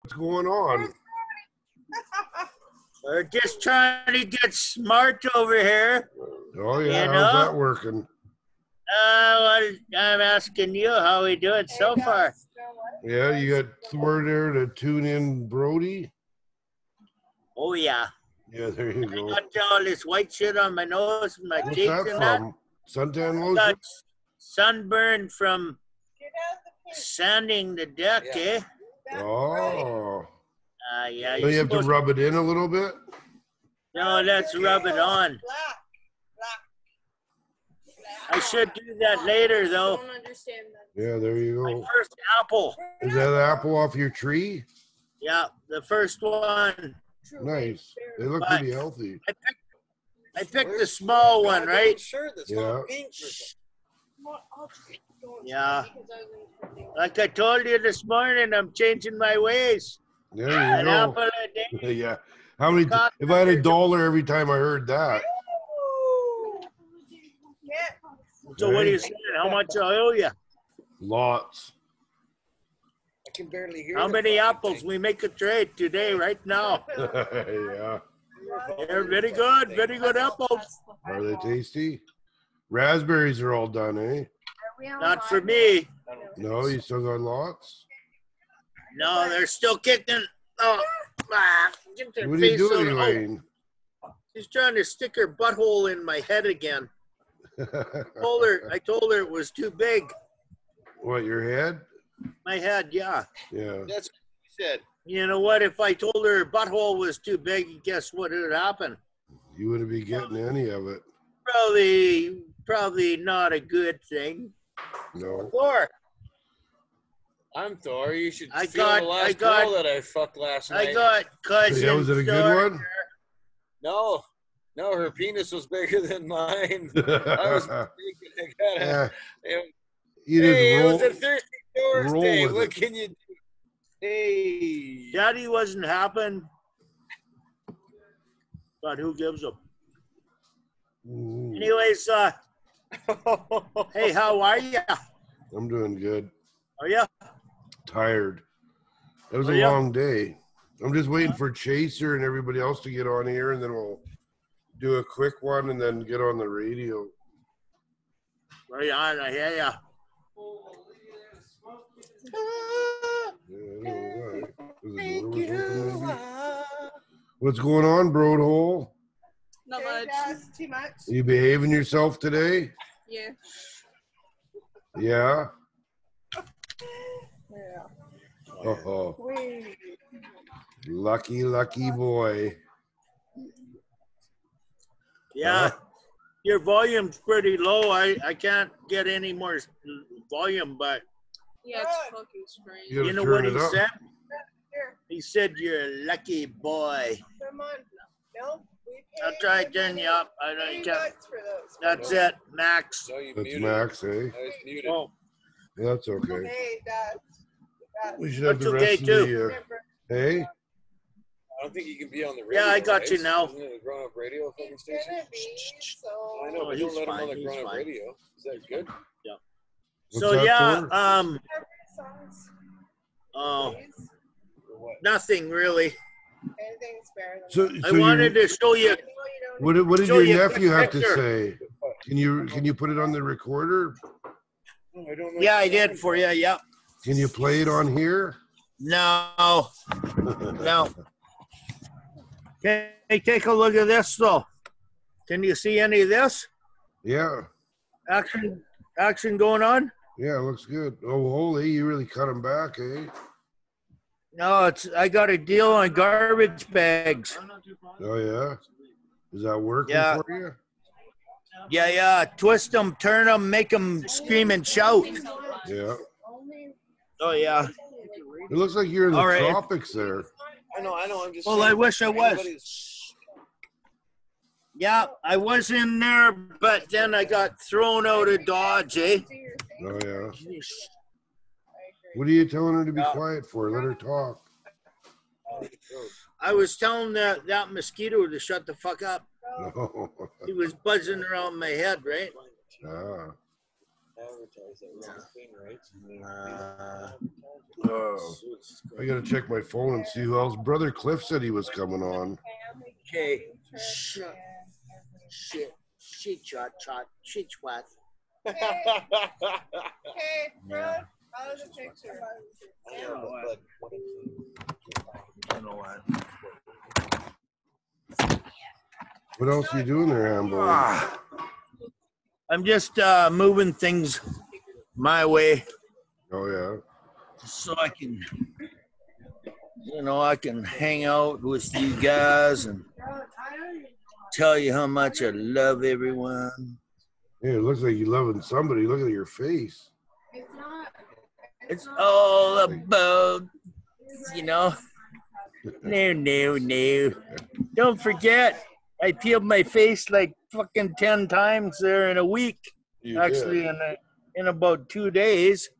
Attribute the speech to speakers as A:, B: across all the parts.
A: what's going on?
B: We're just trying to get smart over here.
A: Oh yeah,
B: You
A: how's
B: know?
A: that working?
B: Uh, well, I'm asking you how we doing so far.
A: Yeah, you got word there to tune in Brody.
B: Oh yeah,
A: Yeah, there you
B: I
A: go.
B: got all this white shit on my nose, and my
A: What's
B: cheeks,
A: that
B: and that.
A: from? Suntan lotion.
B: Got sunburn from sanding the deck,
C: Yeah.
B: eh?
A: Oh,
B: Uh, yeah.
A: so
B: you're
A: you have to
B: supposed-
A: rub it in a little bit.
B: no, let's rub it on. I should do that later though.
D: don't understand that.
A: Yeah, there you
B: My
A: go.
B: first apple.
A: Is that apple off your tree?
B: Yeah, the first one.
D: True.
A: Nice. They look pretty healthy.
B: I picked the small one, right?
C: Sure, that's
A: Yeah.
C: not pink. or something.
B: Yeah. Like I told you this morning, I'm changing my ways.
A: There you
B: An
A: go.
B: apple a day.
A: yeah. How many? If I had a dollar every time I heard
B: Uh,
A: that.
B: So what do you
A: Okay.
B: saying? How much I owe you?
A: Lots.
C: I can barely hear.
B: How
C: the
B: many
C: fucking
B: apples?
C: thing.
B: We make a trade today, right now.
A: yeah.
B: They're very good, very good apples.
A: Are they tasty? Raspberries are all done, eh?
B: Not for me.
C: I don't think
A: No,
C: so.
A: you still got lots.
B: No, they're still kicking. Oh, ah, get their
A: What are you
B: face
A: doing,
B: out of- oh,
A: Elaine?
B: she's trying to stick her butthole in my head again. Told her, I told her it was too big.
A: what your head?
B: My head, yeah.
A: Yeah.
C: That's what you said.
B: You know what? If I told her her butthole was too big, guess what would happen?
A: You wouldn't be getting any of it.
B: Probably, probably not a good thing.
A: No.
B: Or
C: I'm Thor. You should
B: I
C: feel
B: got-
C: the
B: I
C: last
B: got-
C: girl that I fucked last night.
B: I got cousin.
A: Yeah, was it a
B: Thor.
A: good one?
C: no, no, her penis was bigger than mine. I was
A: yeah.
C: mistaken. I got it.
A: You
C: hey,
A: just
C: it was
A: roll.
C: a thirsty Thursday.
A: with
C: What
A: it.
C: can you do? Hey,
B: Daddy wasn't happen. But who gives a?
A: Mm,
B: Anyways, uh, hey, how are you?
A: I'm doing good.
B: Are you?
A: Tired. That
C: Oh,
A: was
B: Are
A: a
B: ya?
A: long day. I'm just waiting for Chaser and everybody else to get on here, and then we'll do a quick one and then get on the radio.
B: Right on, I hear ya.
A: Yeah, I don't know why. Was it the door was open maybe? What's going on, Broadhole?
D: Not much.
E: Too much.
A: Are you behaving yourself today?
D: Yeah.
A: Yeah.
E: Yeah.
A: Oh,
E: We.
A: lucky, lucky boy.
B: Yeah,
A: Huh?
B: your volume's pretty low. I, I can't get any more s- volume, but
D: Yeah, it's fucking strange.
A: You gotta
B: you know
A: turn
B: what
A: it
B: he
A: up.
B: said?
E: Here,
B: He said, You're a lucky boy.
E: come on. No, we paid.
B: I'll try turning you up. I don't
E: Eighty
B: care.
E: bucks for those.
B: That's it, max.
C: so you
A: That's
C: muted.
A: Max, eh?
C: I was muted.
B: Oh,
A: That's okay.
E: Hey, that's. That's
A: We should have
B: That's
A: the
B: okay,
A: rest of
B: too.
A: the uh,
E: different.
A: Hey,
C: I don't think you can be on the radio.
B: Yeah, I got
C: right?
B: you now.
C: Isn't it a grown-up radio fucking
E: It's
C: station?
E: gonna be
C: I
E: so.
C: know,
B: Oh,
C: but
B: he's
C: don't let
B: fine,
C: him on the
B: he's
C: grown-up
B: fine.
C: radio. Is that good?
A: What's
B: so
A: that
B: yeah,
A: for?
B: um,
E: Songs,
B: oh,
E: please.
C: Or what?
B: nothing really.
E: Anything's better than.
A: so,
E: that.
B: I
A: so
B: wanted
A: you,
B: to show
E: I
B: you.
E: know you don't
A: what did, what did
B: show
A: your
B: you a
A: nephew
B: quick
A: have to
B: picture.
A: say? Can you can you put it on the recorder?
C: No, I don't know.
B: Yeah, I did for you. Yep.
A: Can you play it on here?
B: No, no. Okay, take a look at this though. Can you see any of this
A: yeah,
B: action? Action going on?
A: yeah, it looks good. Oh, holy, you really cut him back, eh?
B: No, it's. I got a deal on garbage bags.
A: Oh yeah, is that working
B: Yeah.
A: for you?
B: Yeah, yeah. Twist them, turn them, make them scream and shout.
A: Yeah,
E: only.
B: Oh yeah.
A: it looks like you're in the
B: All right.
A: tropics there.
C: I know, I know. I'm just
B: Well,
C: saying,
B: I wish I
C: if
B: was.
C: anybody's-
B: Yeah, I was in there, but then I got thrown out of Dodge, eh?
E: Do your thing.
A: Oh yeah.
E: I agree.
A: What are you telling her to be
B: Yeah.
A: quiet for? Let her talk.
C: uh,
B: I was telling that, that mosquito to shut the fuck up.
E: So,
A: No.
B: He was buzzing around my head, right?
A: Ah.
C: Advertise that wrong thing, right?
A: Oh, I gotta check my phone and see who else. Brother Cliff said he was coming on.
B: Okay.
E: Sure.
B: Shit, shit, shot, shot, shit, what?
E: Hey,
C: Yeah,
E: hey,
B: Yeah.
E: Fred, out of the picture.
C: but-
B: You know what?
A: What else are you doing there, Hambo?
B: Ah. I'm just uh, moving things my way
A: Oh yeah.
B: so I can, you know, I can hang out with you guys and tell you how much I love everyone.
A: Yeah, it looks like you're loving somebody. Look at your face.
D: It's not.
B: It's all about, you know. No, no, no. Don't forget, I peeled my face like fucking 10 times there in a week.
A: You
B: actually uh,
A: did.
B: in a, in about two days.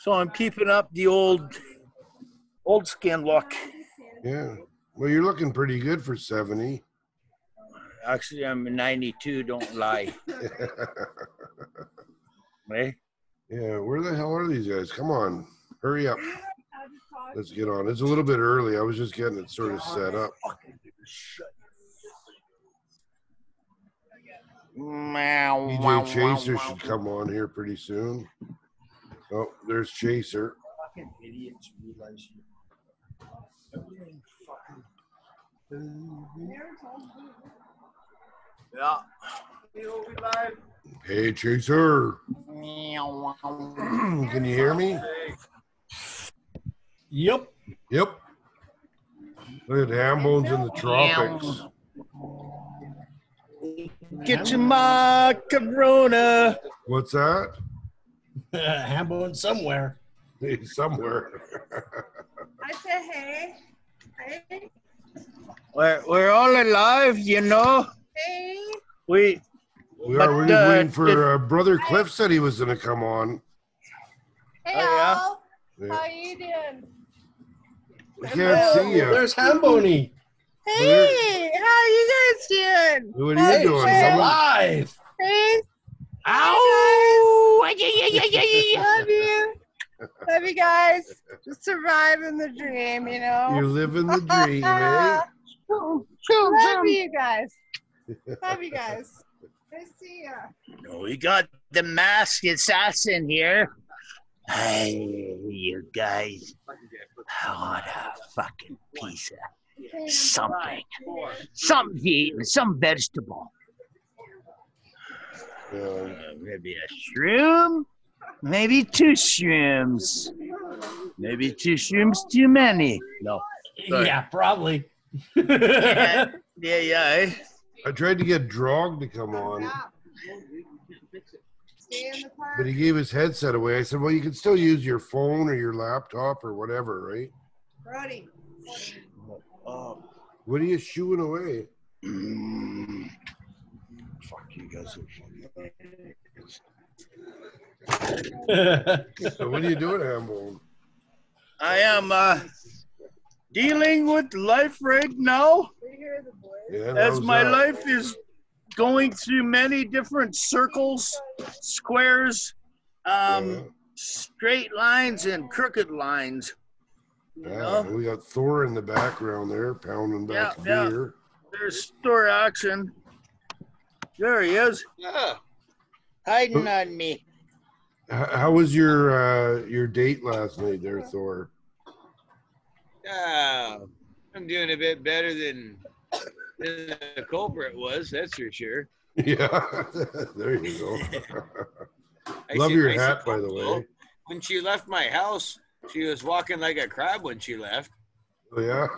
B: So I'm keeping up the old old skin look.
A: Yeah. Well, you're looking pretty good for 70.
B: Actually, I'm 92. Don't lie. Eh?
A: yeah. Where the hell are these guys? Come on. Hurry up. Let's get on. It's a little bit early. I was just getting it sort of set up.
B: Meow, wow, wow,
A: DJ Chaser
B: wow.
A: should come on here pretty soon. Oh, there's Chaser.
B: Fucking idiots realize you. everything fucking- Yeah.
A: Hey, Chaser. Can you hear me?
F: Yep.
A: Yep. Look at Hambones in the tropics.
B: Get your macarona.
A: What's that?
F: Hambone uh, somewhere.
A: Hey, somewhere.
E: I said, hey, hey,
B: We're, we're all alive, you know.
E: hey.
B: We
A: we are. We're
B: But, uh,
A: waiting for uh, brother Cliff said he was gonna come on.
E: Hey,
B: yeah?
E: all.
A: Yeah.
E: How you doing?
A: I can't see you.
F: There's Hambone.
E: Hey, how you guys doing?
A: What
E: Hey,
A: are you
F: Hey, she's
A: doing? Someone-
F: alive.
E: Hey,
B: Ow!
E: love you. Love you guys. Just surviving the dream, you know.
A: You're living the dream, eh?
E: Love you guys. Love you guys. Nice to see ya.
B: We got the masked assassin here. Hey, you guys. What a fucking piece of something. Something to eat, some vegetable. Uh,
A: Yeah.
B: maybe a shroom. Maybe two shrooms. Maybe two shrooms too many. No. Sorry.
F: Yeah, probably.
B: Yeah, yeah, yeah.
A: I tried to get Drog to come on,
E: Stay in the
A: but
E: park.
A: he gave his headset away. I said, "Well, you can still use your phone or your laptop or whatever, right?"
E: Brody.
B: Oh.
A: What are you shooing away?
B: Mm. Fuck you guys are fucking.
A: So what are you doing, Hambone?
B: I am uh, dealing with life right now
E: We hear the boys.
A: Yeah,
B: as
A: how's
B: my
A: that?
B: life is going through many different circles, squares,
A: Yeah.
B: um, straight lines, and crooked lines. You
A: Yeah,
B: know,
A: we got Thor in the background there pounding back
B: Yeah, yeah.
A: beer.
B: there's store action. There he is,
C: Oh,
B: hiding on me.
A: H- how was your uh, your date last night there, Thor?
C: Ah, I'm doing a bit better than than the culprit was. That's for sure.
A: Yeah, there you go.
C: I
A: Love
C: see-
A: your
C: I see
A: hat, by the
C: Coco.
A: way.
C: When she left my house, she was walking like a crab when she left.
A: Oh, yeah,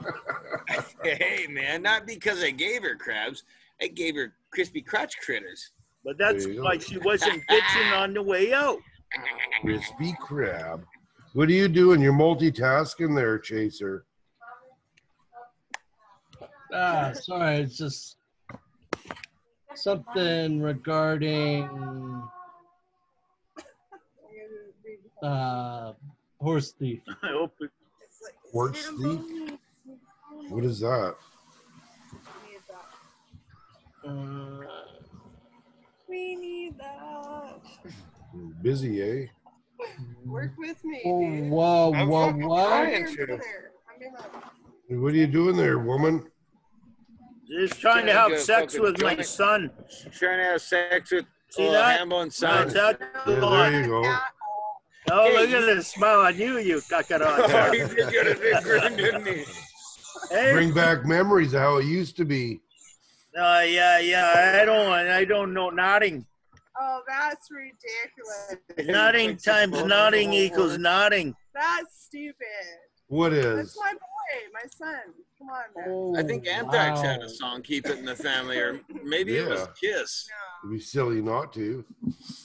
C: Hey, man, not because I gave her crabs. I gave her crispy crotch critters.
B: But that's
A: There you go.
B: why she wasn't bitching on the way out.
A: crispy crab. What are you doing? You're multitasking there, Chaser.
F: ah, sorry, it's just something regarding uh, horse thief.
B: I hope it-
E: It's like-
A: Quartz thief. What is that?
E: We need that.
F: Uh,
E: We need that.
A: Busy, eh?
E: Work with me.
F: Whoa,
E: dude.
F: whoa,
A: I'm
F: whoa,
A: fucking
F: what?
A: trying.
E: I'm your
A: Thank you.
E: mother. I'm your mother.
A: What are you doing there, woman?
B: Just trying to
C: Yeah,
B: have
C: good
B: sex
C: fucking
B: with my
C: joint.
B: son.
C: Trying to have sex with
B: See
C: oh,
B: that?
C: Hambo and
B: No,
C: Son.
B: it's out the
A: Yeah,
B: door.
A: there you go.
B: Oh,
C: Hey,
B: look at
C: you-
B: the smile on you, you
C: oh, he
B: cockroach.
C: did go to Big Room, didn't he?
B: hey,
A: Bring back memories of how it used to be.
B: uh, yeah, yeah. I don't, I don't know nodding.
E: Oh, that's ridiculous.
B: Nodding times nodding equals nodding.
E: That's stupid.
A: What
E: That's
A: is?
E: my boy, my son. Come on, man.
A: Oh.
C: I think Anthrax had a
F: Oh, wow.
C: song, Keep It in the Family, or maybe it was Kiss.
A: It'd be silly not to.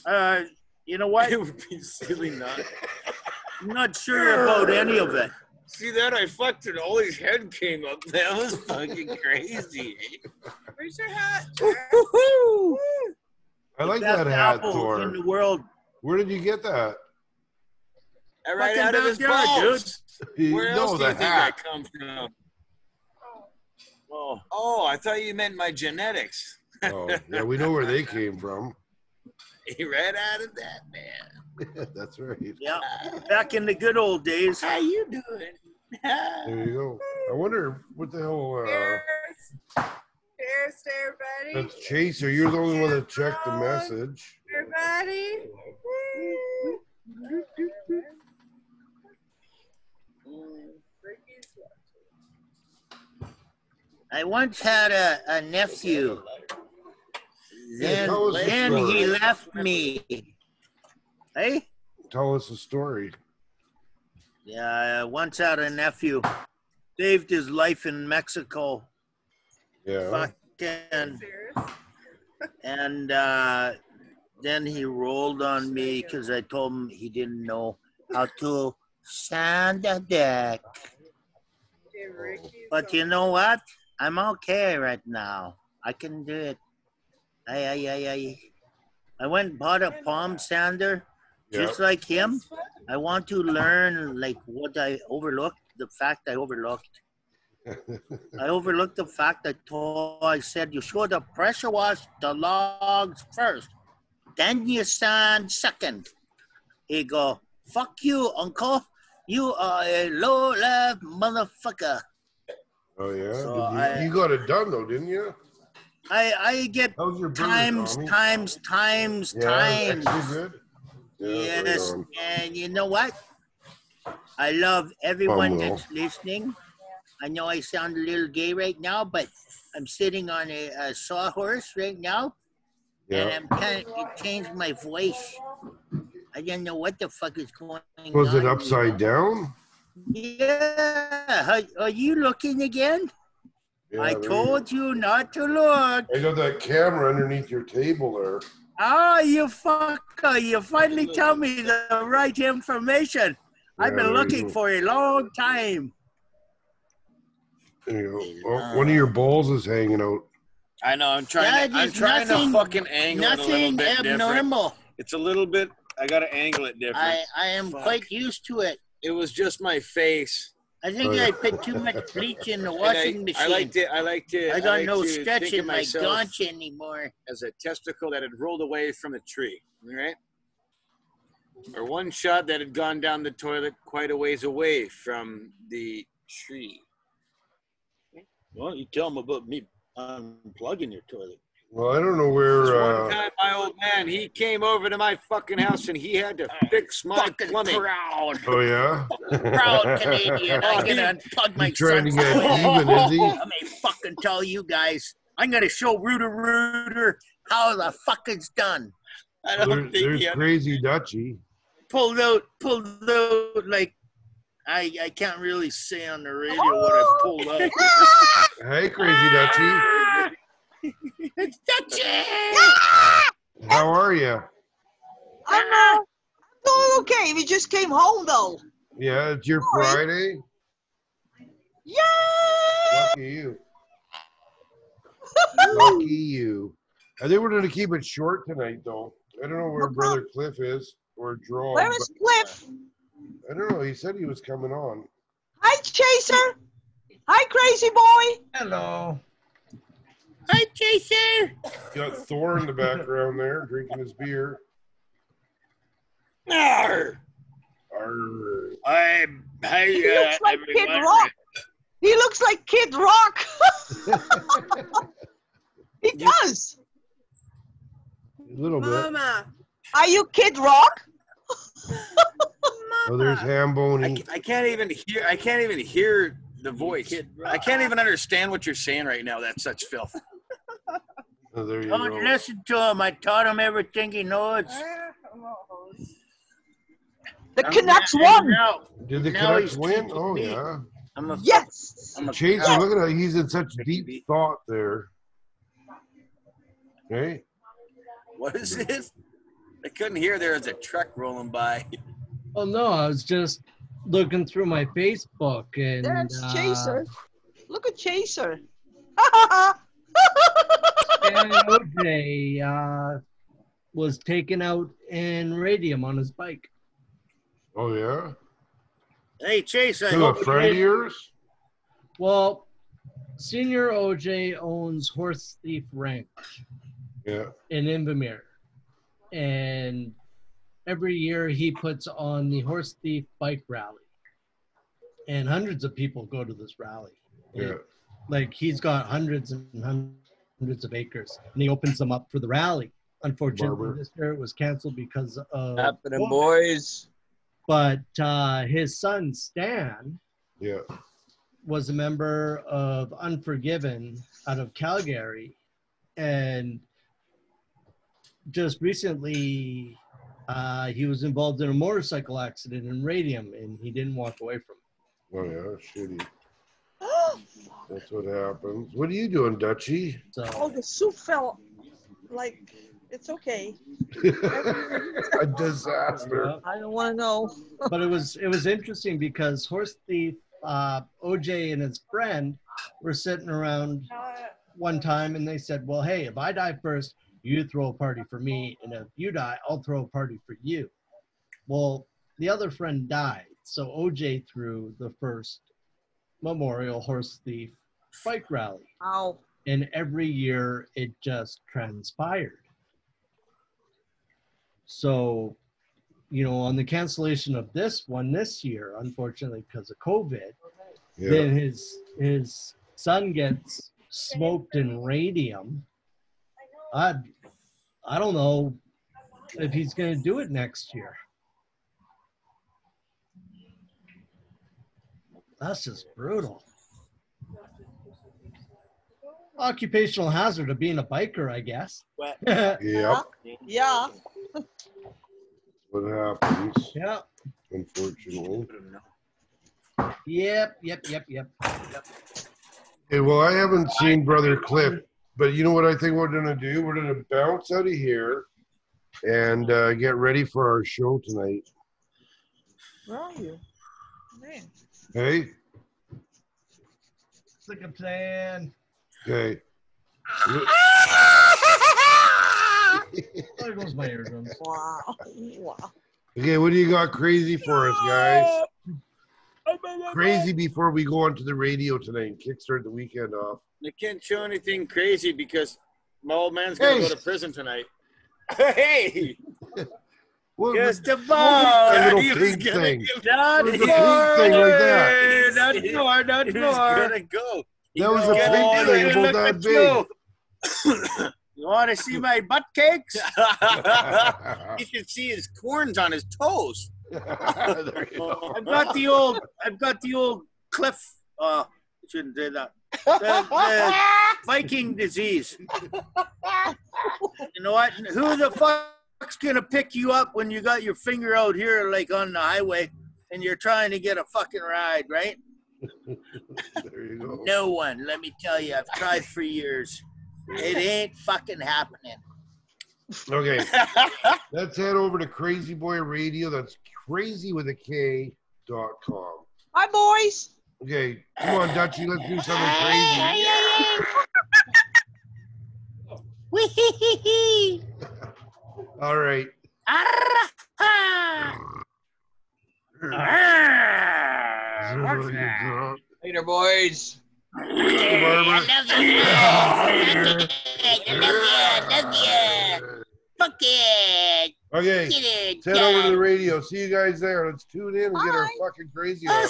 B: Uh, you know what?
C: It would be silly not.
B: I'm not sure about any of it.
C: See that? I fucked it. All his head came up. That was fucking crazy. eh?
E: Where's your hat?
A: I like
B: Best
A: that hat,
B: apple in
A: Thor.
B: the world.
A: Where did you get that?
C: That right
B: Fucking
C: out of his
B: backyard,
C: balls. Where
A: no,
C: else do
A: the
C: you think I
A: hat.
C: come from?
B: Oh,
C: Oh, I thought you meant my genetics.
A: oh, yeah, we know where they came from.
C: right out of that, man.
A: That's right.
B: yeah. Back in the good old days.
C: How you doing?
A: There you go. I wonder what the hell. Uh,
E: Cheers. Cheers to everybody.
A: that's Chaser. You're the only one that checked the message.
E: Everybody. Woo. Ricky's
B: I once had a, a nephew.
A: Yeah,
B: Then,
A: tell us the
B: then he
A: story.
B: left me. Hey?
A: Tell us a story.
B: Yeah, I once had a nephew. Saved his life in Mexico.
A: Yeah.
B: Fucking.
E: serious.
B: And uh, then he rolled on me because I told him he didn't know how to sound a dick.
E: Dude, Ricky's
B: But you
E: on-
B: know what? I'm okay right now. I can do it. I, I, I, I. I went and bought a palm sander
A: Yeah.
B: just like him. I want to learn like what I overlooked, the fact I overlooked. I overlooked the fact I told I said you should have pressure washed the logs first, then you sand second. He go, fuck you, uncle. You are a low life motherfucker.
A: Oh yeah.
B: So
A: Did you,
B: I-
A: you got it done though, didn't you?
B: I I get
A: How's your burger,
B: times,
A: Tommy?
B: times, times,
A: Yeah,
B: times.
A: actually good. Yeah, right
B: Yes,
A: on.
B: and you know what? I love everyone
A: Bumble.
B: that's listening. I know I sound a little gay right now, but I'm sitting on a, a sawhorse right now, and
A: Yeah.
B: I'm kind of it changed my voice. I didn't know what the fuck is going on.
A: Was it upside down?
B: Yeah. Are, are you looking again?
A: Yeah,
B: I
A: there you
B: told you not to look.
A: go. I got that camera underneath your table there.
B: Oh, you fucker! You finally tell me the right information.
A: Yeah,
B: I've been
A: there
B: looking
A: you
B: for a long time.
A: go. There you go. Oh, one of your balls is hanging out.
C: I know. I'm trying.
B: That
C: to, I'm
B: is
C: trying
B: nothing-
C: to fucking angle it a little
B: Nothing
C: bit different.
B: abnormal.
C: It's a little bit. I got to angle it different.
B: I, I am
C: Fuck.
B: quite used to it.
C: it was just my face.
B: I think
A: Oh, yeah.
B: I put too much bleach in the
C: And I-
B: washing machine.
C: I, like to. I like to.
B: I got
C: like
B: no
C: to
B: stretch
C: think of
B: in my
C: myself
B: gaunch anymore.
C: as a testicle that had rolled away from a tree, right? Or one shot that had gone down the toilet quite a ways away from the tree.
B: Well, you tell them about me unplugging your toilet.
A: Well, I don't know
C: This
A: where.
C: one
A: Uh,
C: time, my old man, he came over to my fucking house and he had to fix my
B: Ah, Fucking
C: plumbing.
B: proud,
A: oh yeah.
B: proud Canadian. I can unplug my
A: He's trying to
B: son's
A: get
B: toilet.
A: even, is he?
B: Let me fucking tell you guys. I'm gonna show Rooter Rooter how the fuck it's done.
C: I don't
A: There,
C: think
A: there's
C: he
A: crazy Dutchie.
B: pulled out, pulled out like I I can't really say on the radio what I pulled out.
A: Hey, crazy Dutchie.
B: it's touchy.
A: How are you?
G: I'm uh, doing okay. We just came home though.
A: Yeah, it's your Friday.
G: Yeah.
A: Lucky you. Lucky you. I think we're going to keep it short tonight, though. I don't know where Brother Cliff is or Draw.
G: Where is Cliff?
A: but I don't know. He said he was coming on.
G: Hi, Chaser. Hi, Crazy Boy.
F: Hello.
B: Hi, Jason.
A: You got Thor in the background there drinking his beer.
C: Arr!
A: Arr.
C: I, hey,
G: He
B: uh,
G: looks like Kid Rock. He looks like Kid Rock. he
C: You-
G: does.
A: A little bit.
D: Mama.
G: Are you Kid Rock?
A: Oh, there's
D: Mama.
C: I,
A: Hambone.
C: ca- I can't even hear. I can't even hear the voice. I can't even understand what you're saying right now. That's such filth.
A: Oh, there you
B: Don't
A: go.
B: listen to him. I taught him everything he knows.
D: Ah,
G: The
B: I'm
G: Canucks
B: not-
G: won.
B: No,
A: Did the
B: Now
A: Canucks
B: he's
A: win?
B: teaching
A: Oh,
B: me.
A: yeah.
B: I'm a
G: Yes.
C: Oh,
B: I'm a
A: Chaser,
B: coward.
A: look at how he's in such deep thought there. Right?
C: What is this? I couldn't hear. There was a truck rolling by.
F: Oh no, I was just looking through my Facebook and
G: That's
F: uh,
G: Chaser. Look at Chaser.
F: Stan OJ uh, was taken out in radium on his bike.
A: Oh, yeah.
B: Hey, Chase, I
A: Who, a
B: hope you
A: friend of
B: did-
A: yours?
F: Well, Senior OJ owns Horse Thief Ranch
A: Yeah.
F: in Invermere, and every year he puts on the Horse Thief Bike Rally, and hundreds of people go to this rally.
A: Yeah.
F: like he's got hundreds and hun- hundreds of acres and he opens them up for the rally unfortunately
A: Barber.
F: this year it was canceled because of
H: Happening, boys.
F: but uh, his son stan
A: Yeah.
F: was a member of unforgiven out of calgary and just recently uh, he was involved in a motorcycle accident in radium and he didn't walk away from it
A: Oh, yeah. Shitty. That's what happens. What are you doing, Dutchie?
G: oh,
F: so
G: the soup fell. Like, it's okay.
A: a disaster.
G: I don't want to know.
F: but it was it was interesting because horse thief uh, OJ and his friend were sitting around one time and they said, "Well, hey, if I die first, you throw a party for me, and if you die, I'll throw a party for you." Well, the other friend died, so OJ threw the first memorial horse thief bike rally,
G: Ow.
F: and every year it just transpired. So, you know, on the cancellation of this one this year, unfortunately, because of COVID,
A: Yeah.
F: then his his son gets smoked in radium. I I don't know if he's going to do it next year. That's just brutal. Occupational hazard of being a biker, I guess. yeah.
A: Yep.
G: Yeah.
A: What happens,
F: Yep.
A: unfortunately.
F: Yep. Yep. Yep.
A: Hey, well, I haven't seen Brother Cliff, but you know what I think we're going to do? We're going to bounce out of here and uh, get ready for our show tonight.
G: Where are you? Man.
A: Hey?
F: It's like a plan.
A: Okay.
F: There goes my eardrums.
G: Wow. Wow.
A: Okay, what do you got crazy for us, guys? Crazy before we go onto the radio tonight and kickstart the weekend off.
C: I can't show anything crazy because my old man's gonna
A: Hey.
C: go to prison tonight. hey,
A: What,
C: just a
A: that
C: ball.
A: little
C: He was
A: pink
C: gonna
A: thing.
C: give-
B: Not
A: It was a pink
B: more.
A: thing like that.
B: Not more. Not
C: He was
B: more.
C: gonna go. He
A: that was a
C: was
A: pink
C: gonna do
A: thing
C: it.
A: about
B: Look
A: that
B: at you. You want to see my butt cakes?
C: you should see his corns on his toes.
A: big. There you go.
B: I've got the old. I've got the old cliff. Uh, shouldn't say that. The, the Viking disease. You know what? Who the fuck's gonna pick you up when you got your finger out here, like on the highway, and you're trying to get a fucking ride, right?
A: There you go.
B: No one. Let me tell you, I've tried for years. It ain't fucking happening.
A: Okay, let's head over to Crazy Boy Radio. That's crazy with a K dot com.
G: Hi, boys.
A: Okay, come on, Dutchie, let's do something crazy. All right.
H: Later, boys.
B: Fuck it.
A: Okay,
I: Get it
A: head over to
I: done.
A: the radio. See you guys there. Let's tune in and get our
G: Bye.
A: fucking crazy on.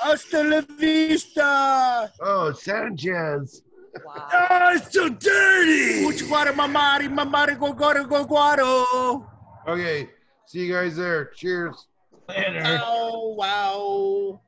B: Hasta la vista.
A: Oh, Sanchez.
G: Wow.
B: Ah, it's so dirty. Mucho guaro, mamari, mamari, go, guaro, go, guaro.
A: Okay, see you guys there. Cheers.
F: Later.
B: Oh, wow.